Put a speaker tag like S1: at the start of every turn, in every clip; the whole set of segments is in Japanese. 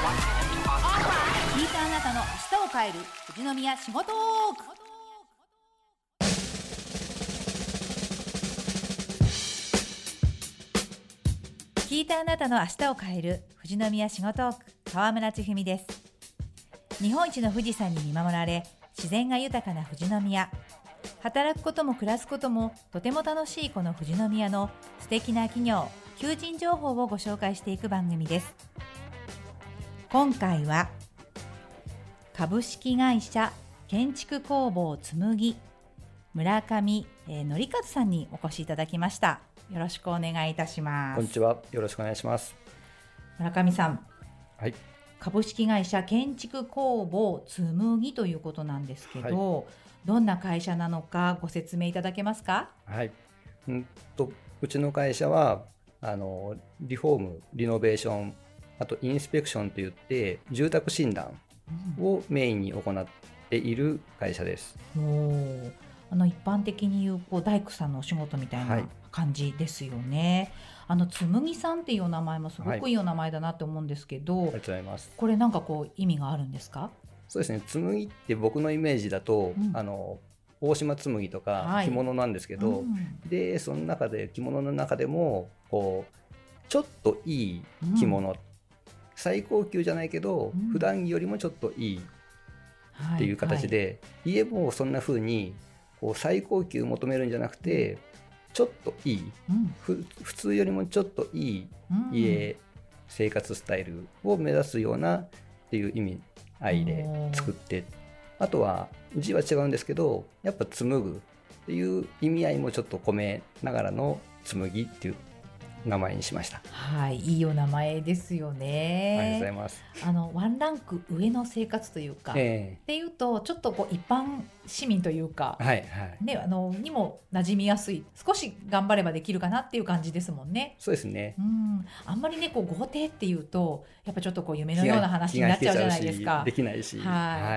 S1: 聞いたあなたの明日を変える富士宮仕事トーク聞いたあなたの明日を変える富士宮仕事トーク川村千文です日本一の富士山に見守られ自然が豊かな富士宮働くことも暮らすこともとても楽しいこの富士宮の素敵な企業求人情報をご紹介していく番組です今回は株式会社建築工房紬村上えー則和さんにお越しいただきましたよろしくお願いいたしま
S2: こんに
S1: す
S2: ちは。よろしくお願いします。
S1: 村上さん
S2: はい。
S1: 株式会社建築工房紬ということなんですけど、どんな会社なのかご説明いただけますか
S2: はい。うんと、うちの会社は、あの、リフォーム、リノベーション、あとインスペクションといって、住宅診断をメインに行っている会社です。
S1: もうあの一般的に言うこう大工さんのお仕事みたい
S2: は
S1: ない感じですよね。あの紬さんっていうお名前もすご
S2: はい
S1: くいいお名前だなって思うんですけど、
S2: ありがとうございます。
S1: これなんかこう意味があるんですか？
S2: そうですね。紬って僕のイメージだと、
S1: うん
S2: あの、大島紬とか
S1: はい
S2: 着物なんですけど、
S1: うん
S2: で、その中で着物の中でも、こう、ちょっといい着物、最高級じゃないけど、
S1: うん
S2: 普段着よりもちょっといいっていう形、で、家もそんな風にこう最高級求めるんじゃなくてちょっといい
S1: はいはい
S2: ふ普通よりもちょっといい
S1: うんうん
S2: 家、生活スタイルを目指すようなっていう意味合いで作ってあとは字は違うんですけどやっぱ紡ぐっていう意味合いもちょっと込めながらの紡ぎっていう名前にしました。
S1: はい、いいお名前ですよ
S2: ありがとうござい
S1: ね。
S2: ます。
S1: あのワンランク上の生活というか、
S2: え
S1: っていうとちょっとこう一般市民というか
S2: え、はいはい。
S1: ね、あのにも馴染みやすい少し頑張ればできるかなっていう感じですもんね。
S2: そうですね。
S1: うん、あんまりねこう豪邸っていうとやっぱちょっとこう夢のような話になっちゃうじゃないですか
S2: 気が引けちゃうしで。きないし。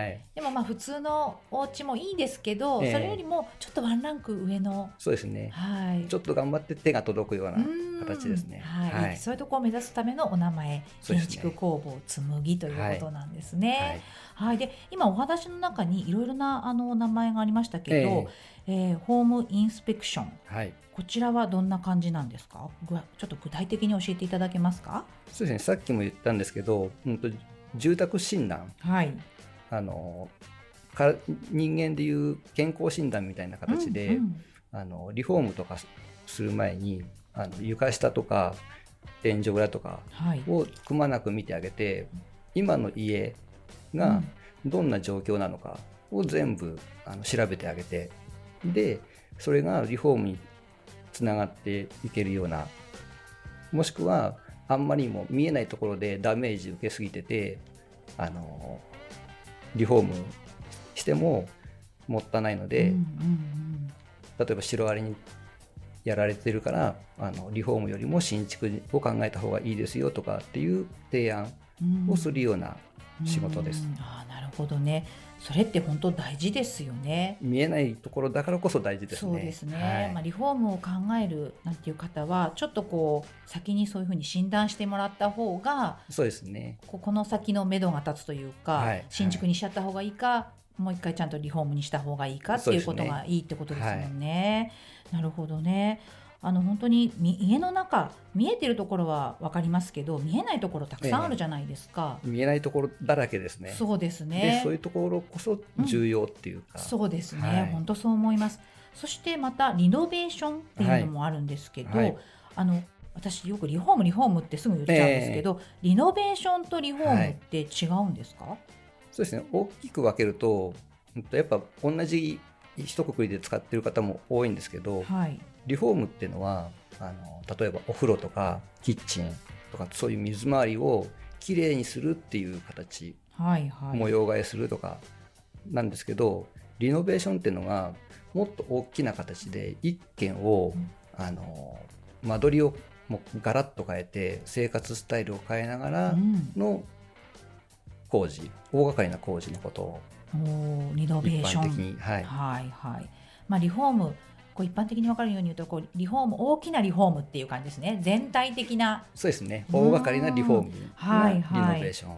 S1: はい
S2: い
S1: でもまあ普通のお家もいいですけど、
S2: ええ
S1: それよりもちょっとワンランク上の、
S2: そうですね。
S1: はい、
S2: ちょっと頑張って手が届くような
S1: うん
S2: 形ですね。
S1: はい
S2: はい。
S1: そういうところを目指すためのお名前、
S2: そうで
S1: 建
S2: すね
S1: 築工房紬ということなんですね。
S2: は
S1: はい
S2: い
S1: で今お話の中にいろいろなあのお名前がありましたけ
S2: え
S1: ど
S2: え、
S1: えーホームインスペクション
S2: はい。
S1: こちらはどんな感じなんですかぐわちょっと具体的に教えていただけますか
S2: そうですね。さっきも言ったんですけど、うんと住宅診断、
S1: はい
S2: あのか人間でいう健康診断みたいな形で、
S1: うんうん
S2: あのリフォームとかすする前に、あの床下とか天井裏とか
S1: はい
S2: をくまなく見てあげて、今の家が、
S1: うん
S2: どんな状況なのかを全部あの調べてあげてでそれがリフォームにつながっていけるようなもしくはあんまりにも見えないところでダメージ受けすぎててあのリフォームしてももったいないので、
S1: うんうん
S2: 例えばシロアリにやられてるからあのリフォームよりも新築を考えた方がいいですよとかっていう提案
S1: うん
S2: をするような仕事です。
S1: うんああなるほどねそれって本当大事ですよね
S2: 見えないところだからこそ大事ですね。
S1: そうですね、
S2: はい
S1: まあ、リフォームを考えるなんていう方はちょっとこう先にそういうふうに診断してもらった方が
S2: そうですね。
S1: こうこの先の目処が立つというか、
S2: はい
S1: 新築にしちゃった方がいいか、もう一回ちゃんとリフォームにした方がいいかっていうこと
S2: そうです
S1: がいいってことですもんね。なるほどね。あの本当にみ家の中見えてるところは分かりますけど見えないところたくさんあるじゃないですか。
S2: 見えないところだらけですね。
S1: そうです
S2: で
S1: ね。
S2: そういうところこそ重要っていうか、
S1: そうですね、
S2: はい
S1: 本当そう思います。そしてまたリノベーションっていうのもあるんですけど、
S2: はいはい
S1: あの私よくリフォームリフォームってすぐ言っちゃうんですけど、リノベーションとリフォームって違うんですか？
S2: そうですね。大きく分けると、うんとやっぱ同じ一括りで使ってる方も多いんですけど、
S1: はい。
S2: リフォームっていうのはあの例えばお風呂とかキッチンとかそういう水回りをきれいにするっていう形
S1: はいはい。
S2: 模様替えするとかなんですけどリノベーションっていうのがもっと大きな形で一軒を、
S1: うん
S2: あの間取りをもうガラッと変えて生活スタイルを変えながら
S1: うん
S2: の工事大掛かりな工事のことを
S1: おーリノベ
S2: 一
S1: ーショ
S2: 般的
S1: ン。
S2: に、はい、
S1: はいはい。まあリフォームこう一般的に分かるように言うとこうリフォーム大きなリフォームっていう感じですね全体的な。
S2: そうですね
S1: うん
S2: 大掛かりなリフォーム
S1: は
S2: ないリ
S1: はい
S2: ノベーション、は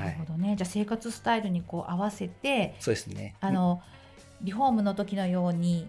S1: ないるほどねじゃあ生活スタイルにこう合わせて
S2: そうですね
S1: あのリフォームの時のように、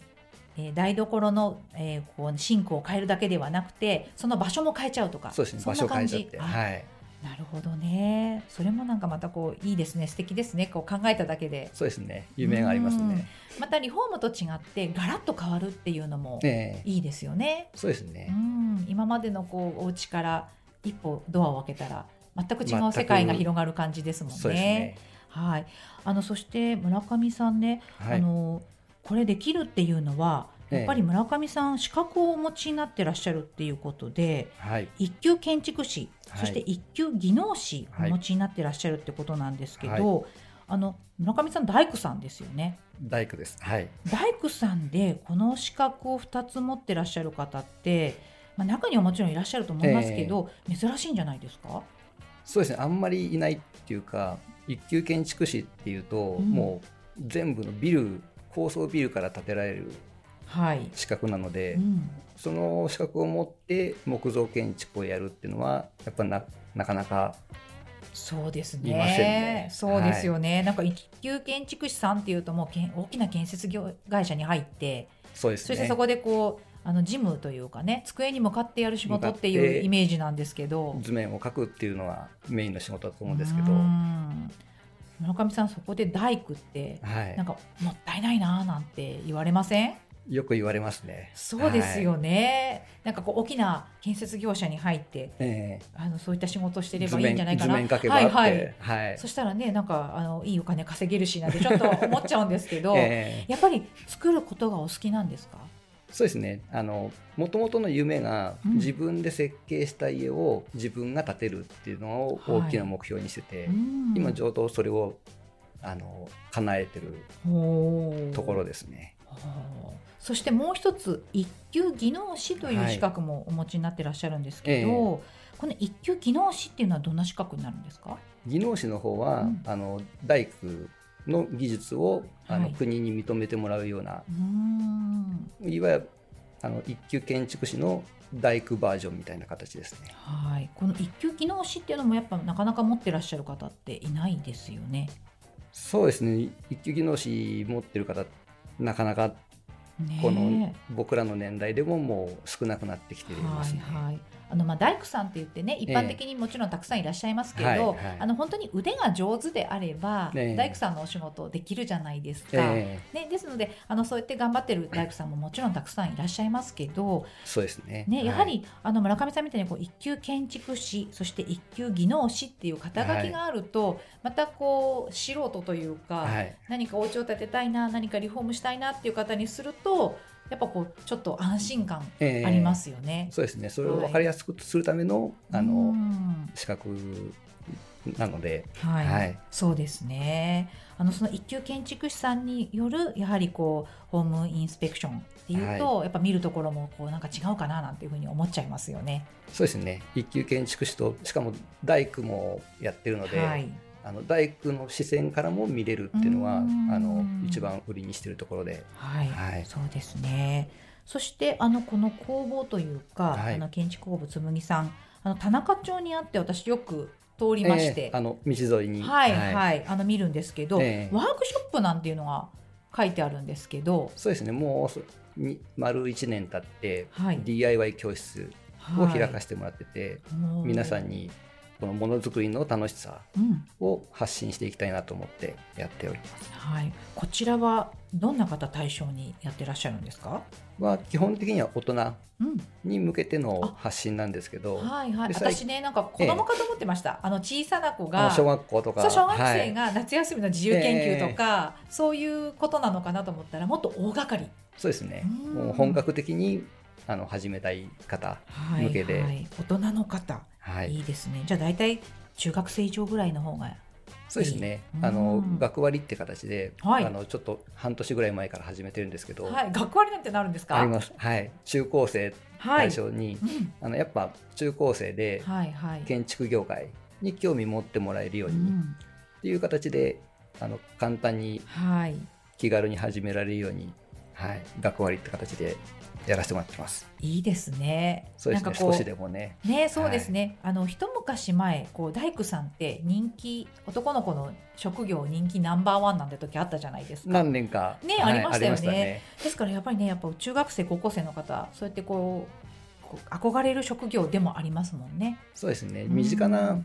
S1: えー台所の、えーこうシンクを変えるだけではなくてその場所も変えちゃうとか
S2: そうですね
S1: ん
S2: 場
S1: な
S2: 所を変
S1: 感
S2: え
S1: じ
S2: ちゃって
S1: あ
S2: はい
S1: なるほどねそれもなんかまたこういいですね素敵ですねこう考えただけで
S2: そうですね夢がありますね
S1: またリフォームと違ってガラッと変わるっていうのも
S2: ねえ
S1: いいですよね。
S2: そうです
S1: う
S2: ね
S1: ん今までのこうお家から一歩ドアを開けたら全く違う世界が広がる感じですもん
S2: そうです
S1: ね
S2: ね。
S1: はい、あのそして村上さんね、
S2: は
S1: あ
S2: い
S1: のこれできるっていうのは
S2: ええ
S1: やっぱり村上さん資格をお持ちになってらっしゃるっていうことで
S2: はい
S1: 一級建築士、
S2: はい
S1: そして一級技能士お
S2: はい
S1: 持ちになってらっしゃるってことなんですけど、あの村上さん大工さんですよね。
S2: 大工ですはい
S1: 大工さんでこの資格を2つ持ってらっしゃる方って、まあ、中にはもちろんいらっしゃると思いますけど、珍しいんじゃないですか
S2: そうですねあんまりいないっていうか一級建築士っていうと、
S1: ん
S2: もう全部のビル高層ビルから建てられる
S1: はい、
S2: 資格なので、
S1: うん、
S2: その資格を持って木造建築をやるっていうのはやっぱななかなか
S1: そうですね
S2: いませんね
S1: そうですよね、なんか一級建築士さんっていうともうけん大きな建設業会社に入って
S2: そうです
S1: そ
S2: ね
S1: してそこでこうあの事務というかね机に向かってやる仕事って
S2: 向かっ
S1: いう
S2: て
S1: イメージなんですけど。
S2: 図面を描くっていうのはメインの仕事だと思うんですけど、
S1: うん村上さんそこで大工って
S2: はい
S1: なんかもったいないなーなんて言われません
S2: よく言われますね。
S1: そうですよね、なんかこう大きな建設業者に入って
S2: はい。え
S1: あのそういった仕事をして
S2: え
S1: れ
S2: 図
S1: ばいいん
S2: 面
S1: じゃないか
S2: 図
S1: な
S2: 面描けばあ
S1: は
S2: っ
S1: い
S2: て、
S1: は
S2: はいい、
S1: そしたらねなんかあのいいお金稼げるしなんてちょっと思っちゃうんですけど、
S2: ええ
S1: やっぱり作ることがお好きなんですか
S2: そうですね。あの元々の夢が
S1: うん
S2: 自分で設計した家を自分が建てるっていうのを大きな目標にしてて、
S1: うん
S2: 今上等それをあの叶えてる
S1: ほう
S2: ところですね。
S1: ほうそしてもう一つ一級技能士という
S2: はい
S1: 資格もお持ちになってらっしゃるんですけど、この一級技能士っていうのはどんな資格になるんですか
S2: 技能士の方は、
S1: うん
S2: あの大工の技術をあの、
S1: はい
S2: 国に認めてもらうような
S1: うーん
S2: いわゆるあの一級建築士の大工バージョンみたいな形ですね。
S1: はい、この一級技能士っていうのもやっぱなかなか持ってらっしゃる方っていないですよね。
S2: そうですね一級技能士持ってる方なかなか
S1: ねえ
S2: この僕らの年代でももう少なくなってきていますね。
S1: はいはい、あのまあ大工さんって言ってね一般的にもちろんたくさんいらっしゃいますけど、
S2: はいはい
S1: あの本当に腕が上手であれば、
S2: ねえ
S1: 大工さんのお仕事できるじゃないですか。
S2: ええ
S1: ね、ですのであのそうやって頑張ってる大工さんももちろんたくさんいらっしゃいますけど、
S2: そうですね。
S1: ね、やは
S2: はい
S1: り、あの村上さんみたいにこう一級建築士そして一級技能士っていう肩書きがあると、またこう素人というか、
S2: はい
S1: 何かお家を建てたいな何かリフォームしたいなっていう方にするとやっぱこうちょっと安心感
S2: ええ
S1: ありますよね。
S2: そうですねそれを分かりやすくするための,、あ
S1: う
S2: の
S1: ん
S2: 資格なので、
S1: はい、
S2: はい
S1: そうですね。あのその一級建築士さんによるやはりこうホームインスペクションっていうと、やっぱ見るところもこうなんか違うかななんていうふうに思っちゃいますよね。
S2: そうですね一級建築士としかも大工もやってるので、
S1: はい、
S2: あの大工の視線からも見れるっていうのは
S1: うん
S2: あの一番売りにしてるところで、
S1: はい、
S2: はい
S1: そうですね。そしてあのこの工房というか、
S2: はい
S1: あの建築工房つむぎさん、あの田中町にあって私よく通りまして、
S2: ええあの道沿いに、
S1: はいはい、
S2: い
S1: あの見るんですけど、
S2: ええ
S1: ワークショップなんていうのが書いてあるんですけど、
S2: そうですねもうそに丸1年経って、
S1: はい
S2: DIY 教室を開かせてもらってて、皆さん
S1: に、
S2: にこのものづくりの楽しさ
S1: うん
S2: を発信していきたいなと思ってやっております。
S1: はい、こちらはどんな方対象にやってらっしゃるんですか？
S2: は基本的には大人
S1: うん、
S2: に向けての発信なんですけど、
S1: はいはい。
S2: で最
S1: 私ねなんか子供かと思ってました。あの小さな子
S2: あの
S1: が。
S2: 小学校とか
S1: そう小学
S2: は
S1: 生
S2: い、
S1: が夏休みの自由研究とか、そういうことなのかなと思ったらもっと大掛かり、
S2: そうですね
S1: うん
S2: もう本格的にあの始めたい方、
S1: はい
S2: 向けで
S1: はい、大人の方、、
S2: はい
S1: い
S2: い、
S1: ですねじゃあ大体中学生以上ぐらいの方が
S2: そうですね
S1: うん
S2: あの学割って形で、
S1: はい
S2: あのちょっと半年ぐらい前から始めてるんですけど、
S1: はい、学割なんてなるんですか。
S2: あります、はい、中高生
S1: は
S2: 対
S1: い。
S2: 象に、
S1: うん
S2: あのやっぱ中高生で
S1: はいはい。
S2: 建築業界に興味持ってもらえるよう
S1: う
S2: に、
S1: ん
S2: っていう形であの簡単に
S1: はい。
S2: 気軽に始められるようにはい、学割って形でやらせてもらってます。
S1: いいですね。
S2: そうです
S1: な
S2: ね
S1: ん、かこ
S2: 少し
S1: う
S2: でもね。
S1: ね、そうですね。あの一昔前、こう大工さんって人気男の子の職業人気ナンバーワンなんて時あったじゃないですか。
S2: 何年か、
S1: ね
S2: はい
S1: ありましたよね
S2: ありま
S1: ですからやっぱりね、やっぱ中学生高校生の方、そうやってこうこう憧れる職業でもありますもんね。
S2: そうですね。
S1: うん
S2: 身近な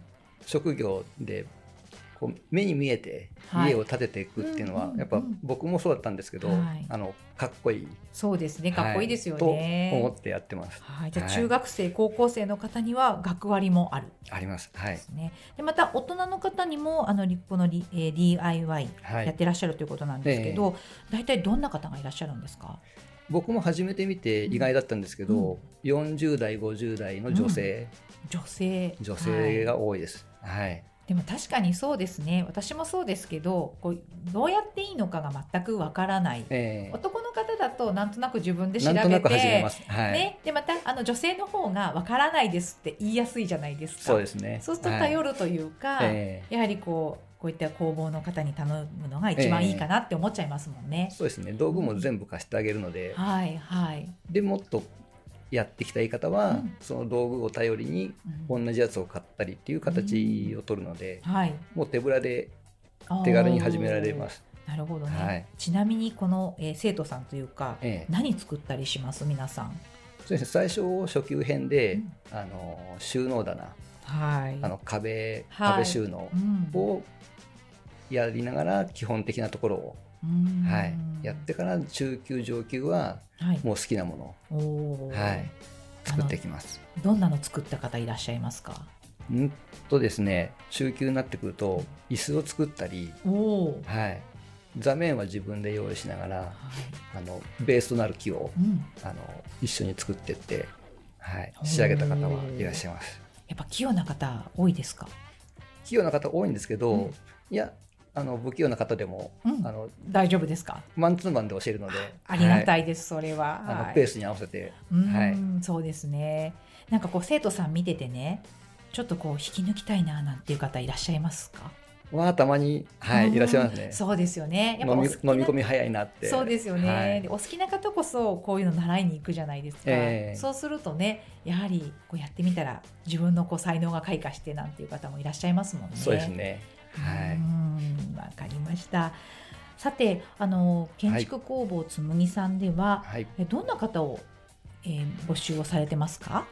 S2: 職業で、こう目に見えて
S1: はい
S2: 家を建てていくっていうの
S1: う
S2: は、
S1: んうんうん
S2: やっぱ僕もそうだったんですけど、
S1: はい
S2: あのかっこいい、
S1: そうですね。かっこいいですよ
S2: はいと思
S1: ね。
S2: ってやってます。
S1: はい、じゃあ
S2: はい
S1: 中学生、高校生の方には学割もあるん
S2: あります。は
S1: で
S2: い
S1: すね。でまた大人の方にもあのりこのり、えー DIY
S2: は
S1: やっ
S2: い。
S1: てらっしゃるということなんですけど、大体どんな方がいらっしゃるんですか。
S2: 僕も始めてみて意外だったんですけど、40代50代の女性、
S1: 女性。
S2: 女
S1: はい
S2: 性が多いです。はい。
S1: でも確かにそうですね私もそうですけどこうどうやっていいのかが全くわからない、
S2: え
S1: 男の方だとなんとなく自分で
S2: え
S1: 調べ
S2: なんとなく始めま
S1: て
S2: す。はい。
S1: ね、でまたあの女性の方がわからないですって言いやすいじゃないですか
S2: そうですね。
S1: そうすると
S2: はい
S1: 頼るというか、
S2: ええ
S1: やはりこうこういった工房の方に頼むのが一番いいかなって思っちゃいますもんね。
S2: そうですね道具も全部貸してあげるので、
S1: はいはい、
S2: でもっとやってきたい方は、
S1: うん
S2: その道具を頼りに
S1: うん
S2: 同じやつを買ったりっていう形を取るので、
S1: はい、。
S2: もう手ぶらで手軽に始められますす。
S1: なるほどね、
S2: はい
S1: ちなみにこの、えー生徒さんというか、
S2: ええ
S1: 何作ったりします皆さん。
S2: そうですね最初初級編で、
S1: うん
S2: あの収納棚
S1: はい。
S2: あの壁、
S1: はい
S2: 壁収納
S1: うん
S2: をやりながら基本的なところを、
S1: うん
S2: はい、やってから中級上級は
S1: はい。
S2: もう好きなものを、
S1: おー
S2: はい、作っていきます。
S1: どんなの作った方いらっしゃいますか。
S2: うんとですね中級になってくると椅子を作ったり、
S1: おおー。
S2: はい、座面は自分で用意しながら
S1: はい。
S2: あのベースとなる木を
S1: うん。
S2: あの一緒に作ってって、はい
S1: お、ー
S2: 仕上げた方はいらっしゃいます
S1: やっぱ器用な方多いですか。
S2: 器用な方多いんですけど、
S1: うん
S2: いやあの不器用な方でも、
S1: うん
S2: あの
S1: 大丈夫ですか。
S2: マンツーマンで教えるので
S1: ありが
S2: は
S1: た
S2: い
S1: いです、それは。
S2: あ
S1: は
S2: の
S1: い
S2: ペースに合わせて、
S1: う
S2: はい
S1: ーん、そうですね。なんかこう生徒さん見ててね。ちょっとこう引き抜きたいななんていう方いらっしゃいますか。
S2: はたまに、は
S1: あー
S2: い、いらっしゃいますね
S1: そうですよね。やっぱ
S2: 飲
S1: お
S2: み
S1: 好きな
S2: 飲み込み早いなって
S1: そうですよね、
S2: はい
S1: でお好きな方こそこういうの習いに行くじゃないですか、
S2: ええ
S1: そうするとねやはりこうやってみたら自分のこう才能が開花してなんていう方もいらっしゃいますもんね。
S2: そうですねは
S1: う
S2: い
S1: んわかりましたさてあの建築工房つむぎさんでは、
S2: はい
S1: えどんな方を、えー募集をされてますか、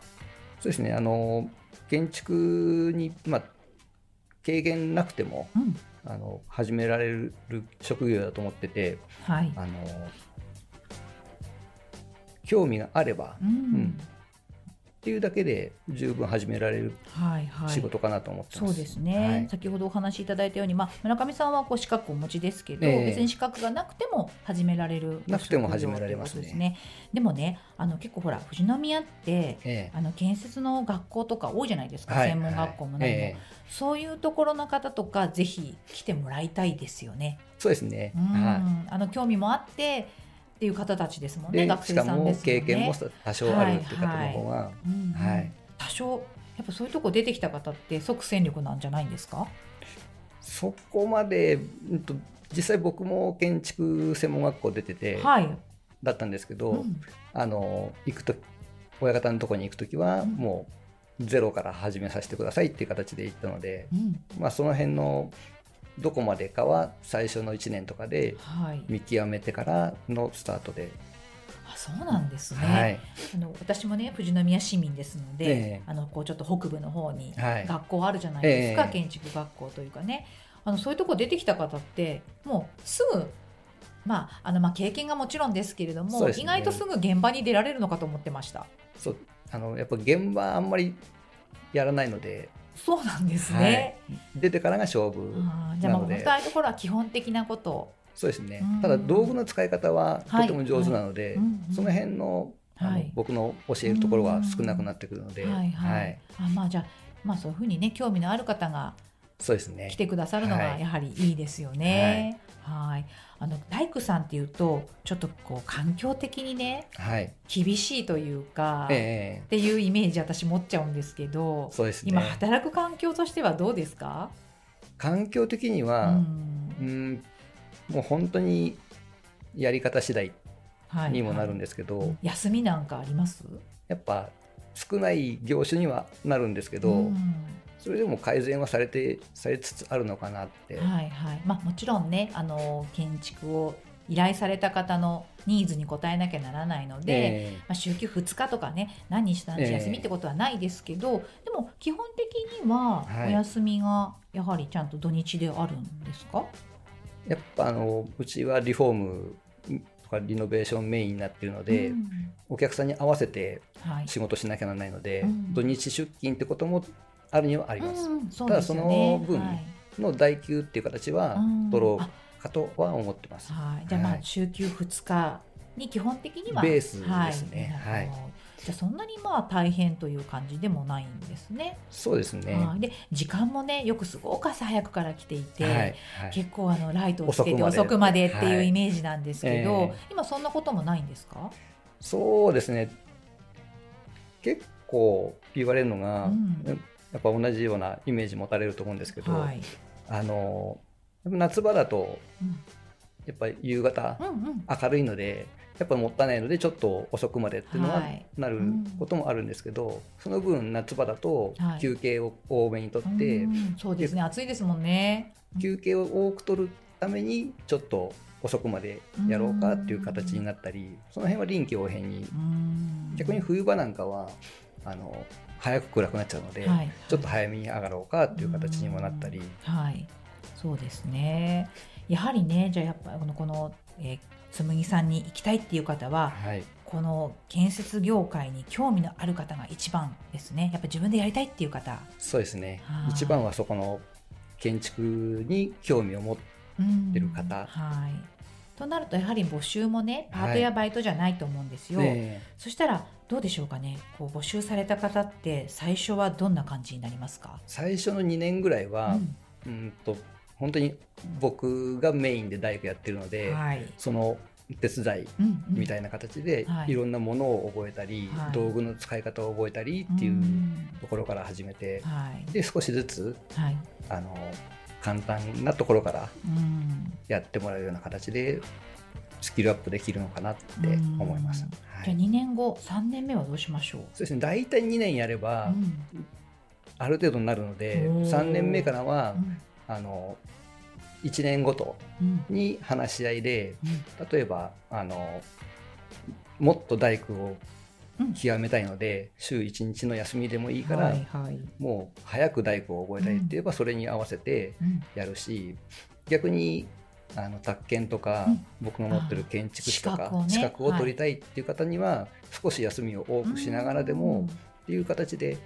S2: そうですね、あの建築に、まあ、経験なくても
S1: うん
S2: あの始められる職業だと思ってて
S1: はい
S2: あの興味があれば
S1: うん
S2: んっていうだけで十分始められる
S1: はいはい、
S2: 仕事かなと思ってま
S1: そ
S2: す。
S1: うですね、
S2: はい
S1: 先ほどお話しいただいたように、まあ、村上さんはこう資格をお持ちですけど、
S2: ええ
S1: 別に資格がなくても始められる
S2: なくても始められますね
S1: お仕事ということですねでもねあの結構ほら富士宮って
S2: ええ
S1: あの建設の学校とか多いじゃないですか、
S2: はい
S1: 専門学校も
S2: は
S1: 何
S2: い
S1: も、
S2: ええ
S1: そういうところの方とかぜひ来てもらいたいですよね。
S2: そうですね、
S1: うん
S2: は
S1: あの興味もあってっていう方たちですもん
S2: い、
S1: ね
S2: で
S1: 学
S2: し
S1: 生
S2: か
S1: さんで
S2: も
S1: すもんね。
S2: 経験も多少あるっていう方の方が、
S1: うん
S2: はい
S1: 多少やっぱそういうとこ出てきた方って即戦力なんじゃないんですか
S2: そこまで、うんと、実際僕も建築専門学校出てて、
S1: はい、
S2: だったんですけど、
S1: うん
S2: あの行くと親方のとこに行くときは
S1: うん
S2: もうゼロから始めさせてくださいっていう形で行ったので、
S1: うん
S2: まあ、その辺のどこまでかは最初の1年とかで
S1: はい、
S2: 見極めてからのスタートで、
S1: あそうなんですね、
S2: はい
S1: あの私もね富士宮市民ですので、
S2: ええ
S1: あのこうちょっと北部の方に
S2: はい
S1: 学校あるじゃないですか、
S2: ええ
S1: 建築学校というかねあのそういうとこ出てきた方ってもうすぐまあ、あのまあ経験がもちろんですけれど
S2: そう
S1: も、
S2: ですね
S1: 意外とすぐ現場に出られるのかと思ってました
S2: そうあのやっぱ現場あんまりやらないので、
S1: そうなんです
S2: はい
S1: ね、
S2: 出てからが勝負、
S1: あーじゃあまあ本
S2: なので
S1: 当ああいうところは基本的なことを
S2: そうですね
S1: うん
S2: ただ道具の使い方はと
S1: はい
S2: ても上手なので、
S1: はいうんうん
S2: その辺のあの、
S1: はい
S2: 僕の教えるところは少なくなってくるので、
S1: はいはい、
S2: はい
S1: あまあじゃあまあそういうふうにね興味のある方が
S2: そうですね
S1: 来てくださるのが
S2: はい
S1: やはりいいですよね。はいあの大工さんっていうとちょっとこう環境的にね
S2: はい
S1: 厳しいというか、
S2: え
S1: っていうイメージ私持っちゃうんですけ
S2: え
S1: ど、
S2: そうですね
S1: 今働く環境としてはどうですか、
S2: 環境的に
S1: う
S2: は、
S1: ん
S2: うん、もう本当にやり方次第
S1: はい
S2: にもなるんですけど、
S1: 休みなんかあります
S2: やっぱ少ない業種にはなるんですけど、
S1: うん
S2: それでも改善はされてされつつあるのかなって、
S1: はいはいまあ、もちろんねあの建築を依頼された方のニーズに応えなきゃならないので、
S2: え
S1: まあ、週休2日とかね何日何日
S2: ええ
S1: 休みってことはないですけど、でも基本的には
S2: はい
S1: お休みがやはりちゃんと土日であるんですか、
S2: ーやっぱあのうちはリフォームとかリノベーションメインになってるので、
S1: うん
S2: お客さんに合わせて
S1: はい
S2: 仕事しなきゃならないので、
S1: うん
S2: 土日出勤ってこともあるにはあります、
S1: うんそう
S2: ただ
S1: ですよ
S2: その分
S1: はい
S2: の代休っていう形は
S1: うん
S2: 取ろ
S1: あ
S2: うかとは思ってます、
S1: はい、じゃあま
S2: は
S1: あ
S2: い
S1: 週休2日に基本的には
S2: ベースですね
S1: はい
S2: はい
S1: なるほどじゃあそんなにまあ大変という感じでもないんですね。
S2: そうですね
S1: はいで時間もねよくすごく朝早くから来ていて、
S2: はいはい、
S1: 結構あのライトをつけて遅
S2: 遅
S1: く
S2: く
S1: ま
S2: ま
S1: で
S2: で
S1: っていうイメージなんですけど、
S2: はいええ
S1: 今そんなこともないんですか、
S2: そうですね結構言われるのが、
S1: うん
S2: やっぱ同じようなイメージ持たれると思うんですけど、
S1: はい
S2: あのやっぱ夏場だと
S1: うん
S2: やっぱり夕方
S1: うんうん
S2: 明るいのでやっぱりもったいないのでちょっと遅くまでっていうのは
S1: はい
S2: なることもあるんですけど、その分夏場だと
S1: はい
S2: 休憩を多めにとって、
S1: うんそうですね暑いですもんね。
S2: 休憩を多く取るためにちょっと遅くまでやろうかっていう形になったり、その辺は臨機応変に
S1: うん
S2: 逆に冬場なんかはあの早く暗くなっちゃうので、
S1: はい
S2: ちょっと早めに上がろうかっていう形にもなったり、
S1: はい、そうですね。やはりね、じゃあやっぱこのこの、えー、紬さんに行きたいっていう方は、
S2: はい、
S1: この建設業界に興味のある方が一番ですね。やっぱ自分でやりたいっていう方、
S2: そうですね
S1: はい
S2: 一番はそこの建築に興味を持って
S1: うん
S2: 出る方
S1: はい。となるとやはり募集もね、パートやバイトじゃないと思うんですよ。
S2: ね
S1: そしたらどうでしょうかね。こう募集された方って最初はどんな感じになりますか。
S2: 最初の2年ぐらいうは、
S1: ん
S2: うん、と本当に僕がメインで大工やってるので、
S1: はい。
S2: その手伝い
S1: うんうん
S2: みたいな形で、
S1: はい
S2: い、ろんなものを覚えたり、
S1: はい
S2: 道具の使い方を覚えたりってい
S1: ん
S2: うところから始めて、
S1: はい
S2: で少しずつ
S1: はい。
S2: あの簡単なところから
S1: うん。
S2: やってもらうような形でスキルアップできるのかなって思います。
S1: うん
S2: は
S1: じゃあ
S2: い、
S1: 2年後3年目はどうしましょう、
S2: そうですね大体2年やれ
S1: う
S2: ば
S1: ん
S2: ある程度になるので、
S1: おー
S2: 3年目からは、
S1: うん
S2: あの1年ごと
S1: うん
S2: に話し合いで
S1: うん
S2: 例えばあのもっと大工を
S1: うん
S2: 極めたいので週1日の休みでもいいから、
S1: はいはい
S2: もう早く大工を覚えたいって言えばそれに合わせて
S1: うん
S2: やるし、逆にあの宅建とか、
S1: うん
S2: 僕が持ってる建築士と
S1: あー資
S2: か
S1: 格をね
S2: 資格を取りたいっていう方には、少し休みを多くしながらで
S1: う
S2: も
S1: ん
S2: っていう形で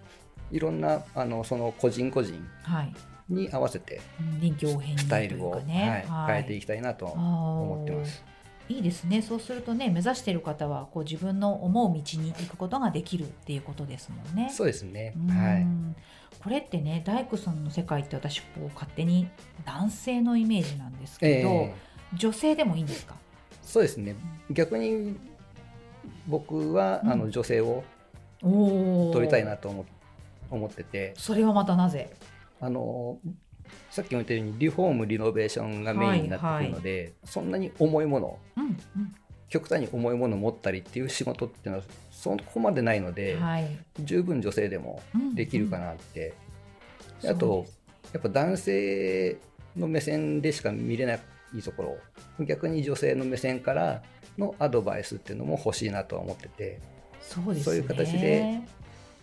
S2: いろんなあのその個人個人
S1: はい、
S2: に合わせて
S1: うん臨機応変に
S2: ス
S1: と
S2: タ
S1: い
S2: イ
S1: う
S2: ルを、
S1: かね
S2: はい、変えてい
S1: き
S2: きたいなと思
S1: 思
S2: ってます。
S1: いいですねそうするとね目指している方はこう自分の思う道に行くことができるっていうことですもんね。
S2: そうですね、
S1: うん
S2: はい
S1: これってね大工さんの世界って私こう勝手に男性のイメージなんです
S2: え
S1: けど、
S2: え
S1: 女性でもいいんですか
S2: そうですね逆に僕は、
S1: うん
S2: あの女性を
S1: おー
S2: 取りたいなと思思ってて
S1: それはまたなぜ
S2: あのさっきも言ったようにリフォームリノベーションがメインになってくるので、そんなに重いもの
S1: うん
S2: 極端に重いものを持ったりっていう仕事っていうのはそこまでないの
S1: う
S2: で、
S1: んはい
S2: 十分女性でも
S1: うん
S2: できるかなって、
S1: うん
S2: あ
S1: そう
S2: とやっぱ男性の目線でしか見れないところ逆に女性の目線からのアドバイスっていうのも欲しいなとは思ってて
S1: そうですね
S2: そういう形で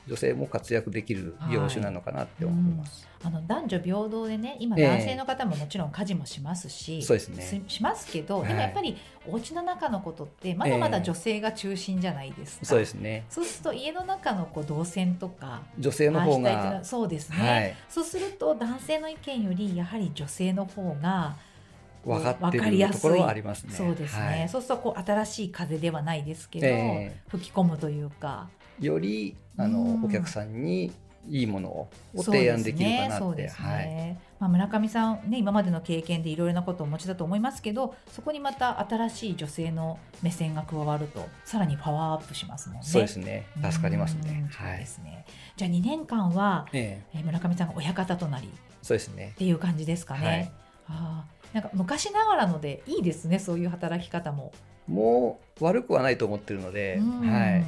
S2: 女性も活躍できる業種なのかなって思います、
S1: あの男女平等でね今
S2: ええ
S1: 男性の方ももちろん家事もしますし、
S2: そうですね
S1: しますけど、
S2: はい
S1: でもやっぱりお家の中のことってまだまだ女性が中心じゃないですか、
S2: そうですね
S1: そうすると家の中のこう動線とか
S2: 女性の
S1: 回し
S2: 方
S1: たいっていうの
S2: が
S1: はそうですね、
S2: はい
S1: そうすると男性の意見よりやはり女性の方が、
S2: 分かって
S1: わかりや
S2: る
S1: すい
S2: ところはありますね
S1: そうですね、
S2: はい
S1: そうするとこう新しい風ではないですけど、
S2: え
S1: 吹き込むというか
S2: よりあの、
S1: うん
S2: お客さんにいいものをご提案できるかな
S1: そう
S2: っ
S1: で
S2: て、
S1: すねそうです
S2: はい、
S1: ねまあ、村上さんね今までの経験でいろいろなことをお持ちだと思いますけどそこにまた新しい女性の目線が加わるとさらにパワーアップしますもんね。
S2: そうですね助かります
S1: うん
S2: ね
S1: そう
S2: は
S1: で
S2: い、
S1: すね、じゃあ2年間は
S2: ええ
S1: えー村上さんが親方となりっ
S2: そうですね
S1: ていう感じですかね。
S2: はい
S1: ああなんか昔ながらのでいいですねそういう働き方も。
S2: もう悪くはないと思ってるので、
S1: うん
S2: はい、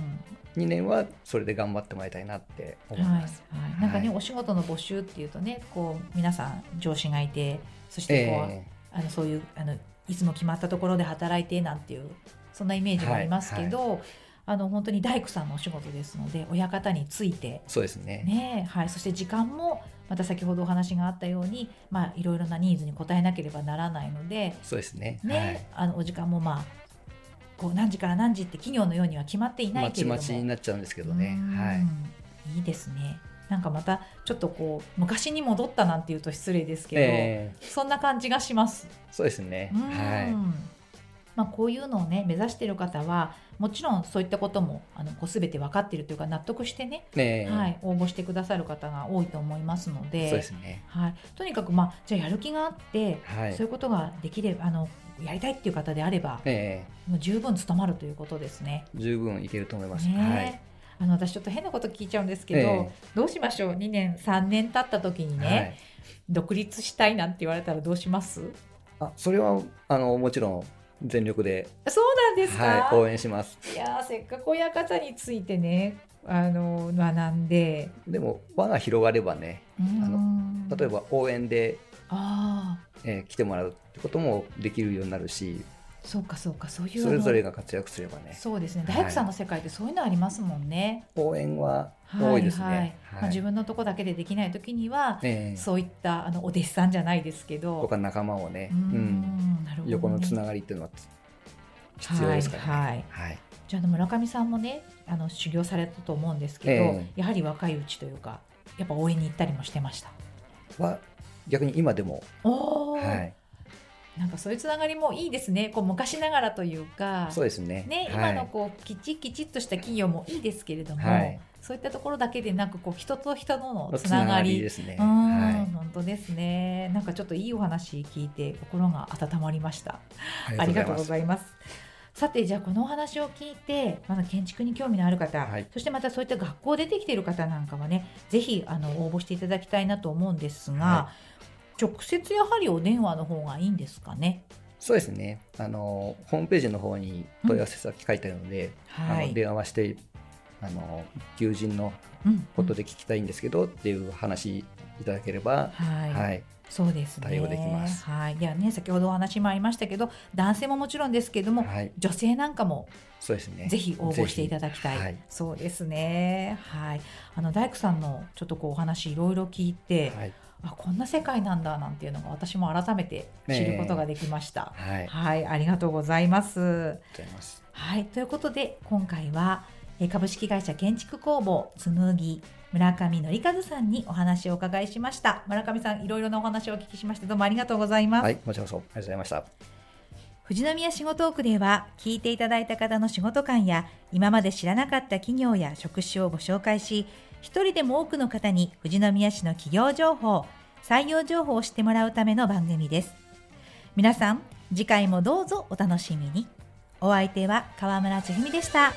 S2: 2年はそれで頑張ってもらいたいなって思い
S1: はい
S2: ます。
S1: はい、なんかね、
S2: は
S1: お仕事の募集っていうとねこう皆さん上司がいてそしてこう、
S2: え
S1: あのそういうあのいつも決まったところで働いてなんていうそんなイメージがありますけど、あの本当に大工さんのお仕事ですので親方について、
S2: ーそうですね
S1: ねはい、そして時間もまた先ほどお話があったように、まあ、いろいろなニーズに応えなければならないので、
S2: そうですね。
S1: ねあのお時間もまあこう何時から何時って企業のようには決まってい
S2: はい、
S1: な
S2: ま
S1: いけ
S2: ち
S1: れども。
S2: まちになっちゃうんですけどね。はい。
S1: い。いいですね。なんかまたちょっとこう昔に戻ったなんていうと失礼ですけど、
S2: えー
S1: そんな感じがします。
S2: そうですね。
S1: うん
S2: は
S1: まあこういうのをね目指している方はもちろんそういったこともあのこうすべて分かっているというか納得してね、
S2: い。ねえ、
S1: はい応募してくださる方が多いと思いますので、
S2: そうですね。
S1: はいとにかくまあじゃあやる気があって、
S2: はい。
S1: そういうことができればあのやりたいっていう方であれば、
S2: え
S1: もう十分務まるということですね。
S2: ー十分いけると思います。
S1: ねあの私ちょっと変なこと聞いちゃうんですけど、
S2: ええ
S1: どうしましょう2年3年経った時に
S2: はい。
S1: ね、
S2: はい。
S1: 独立したいなんて言われたらどうします
S2: あ、それはあのもちろん全力で、
S1: そうなんですか、
S2: はい、応援します。
S1: い、やーせっかく親方についてねあの学んで、
S2: でも輪が広がればね、の
S1: うん
S2: 例えば応援で、
S1: ああ
S2: えー来てもらうってこともできるようになるし、
S1: そうかそうかそういう
S2: それぞれ
S1: が、
S2: が活躍すればね、
S1: そうですね
S2: はい
S1: 大工さんの世界ってそういうのありますもんね、
S2: 応援は
S1: はい
S2: 多いですね。
S1: は
S2: はい
S1: まあ、自分のとこだけでできない時には、
S2: ええ
S1: そういったあのお弟子さんじゃないですけど
S2: とか仲間をね、
S1: う
S2: うんん、
S1: なるほどね
S2: 横のつながりっていうのは必要ですからね。
S1: はいはい
S2: はい
S1: じゃああの村上さんもねあの修行されたと思うんですけど、
S2: え
S1: やはり若いうちというかやっぱ応援に行ったりもしてました。
S2: は逆に今でも、
S1: おお、
S2: はい、
S1: なんかそういうつながりもいいですねこう昔ながらというか
S2: そうですね。
S1: ね、
S2: はい、
S1: 今のこうきちきちっとした企業もいいですけれども、
S2: はい
S1: そういったところだけでなくこう人と人との
S2: の
S1: つながり。
S2: ですね。
S1: うーん、
S2: は
S1: 本当ですね。なんかちょっといいお話聞いて心が温まりました。
S2: い、
S1: ありがとうご
S2: い
S1: ざいます。さてじゃあこのお話を聞いてまだ建築に興味のある方、
S2: はい
S1: そしてまたそういった学校出てきている方なんかはねぜひあの応募していただきたいなと思うんですが、
S2: は
S1: 直接やはりお電話の方がいいんですかね。
S2: ます。そうですね。あのホームページの方に問い合わせ先書いてあるので、
S1: は
S2: あ
S1: い
S2: の。電話してあの求人の
S1: うん
S2: ことで聞きたいんですけど、っていう話いただければ、
S1: はい、
S2: はい、
S1: そうですね。
S2: 対応できます
S1: はい。いやね先ほどお話もありましたけど男性ももちろんですけども。
S2: はい、
S1: 女性なんかも
S2: そうですね。
S1: ぜひ応募していただきたい。
S2: ぜひはい
S1: そうですね。はい。あの大工さんのちょっとこうお話いろいろ聞いて、
S2: はい、
S1: あこんな世界なんだなんていうのが私も改めて知ることができました。
S2: はい、ありがとう
S1: はい、ありがとうございます。
S2: ございます。
S1: はい、ということで今回はえー株式会社建築工房紬村上則和さんにお話をお伺いしました。村上さん、いろいろなお話をお聞きしましてどうもありがとうございます。
S2: はい、もちろんそう、ありがとうございました。
S1: 富士宮仕事トークでは聞いていただいた方の仕事観や今まで知らなかった企業や職種をご紹介し一人でも多くの方に富士宮市の企業情報採用情報を知ってもらうための番組です皆さん次回もどうぞお楽しみにお相手は河村千文でした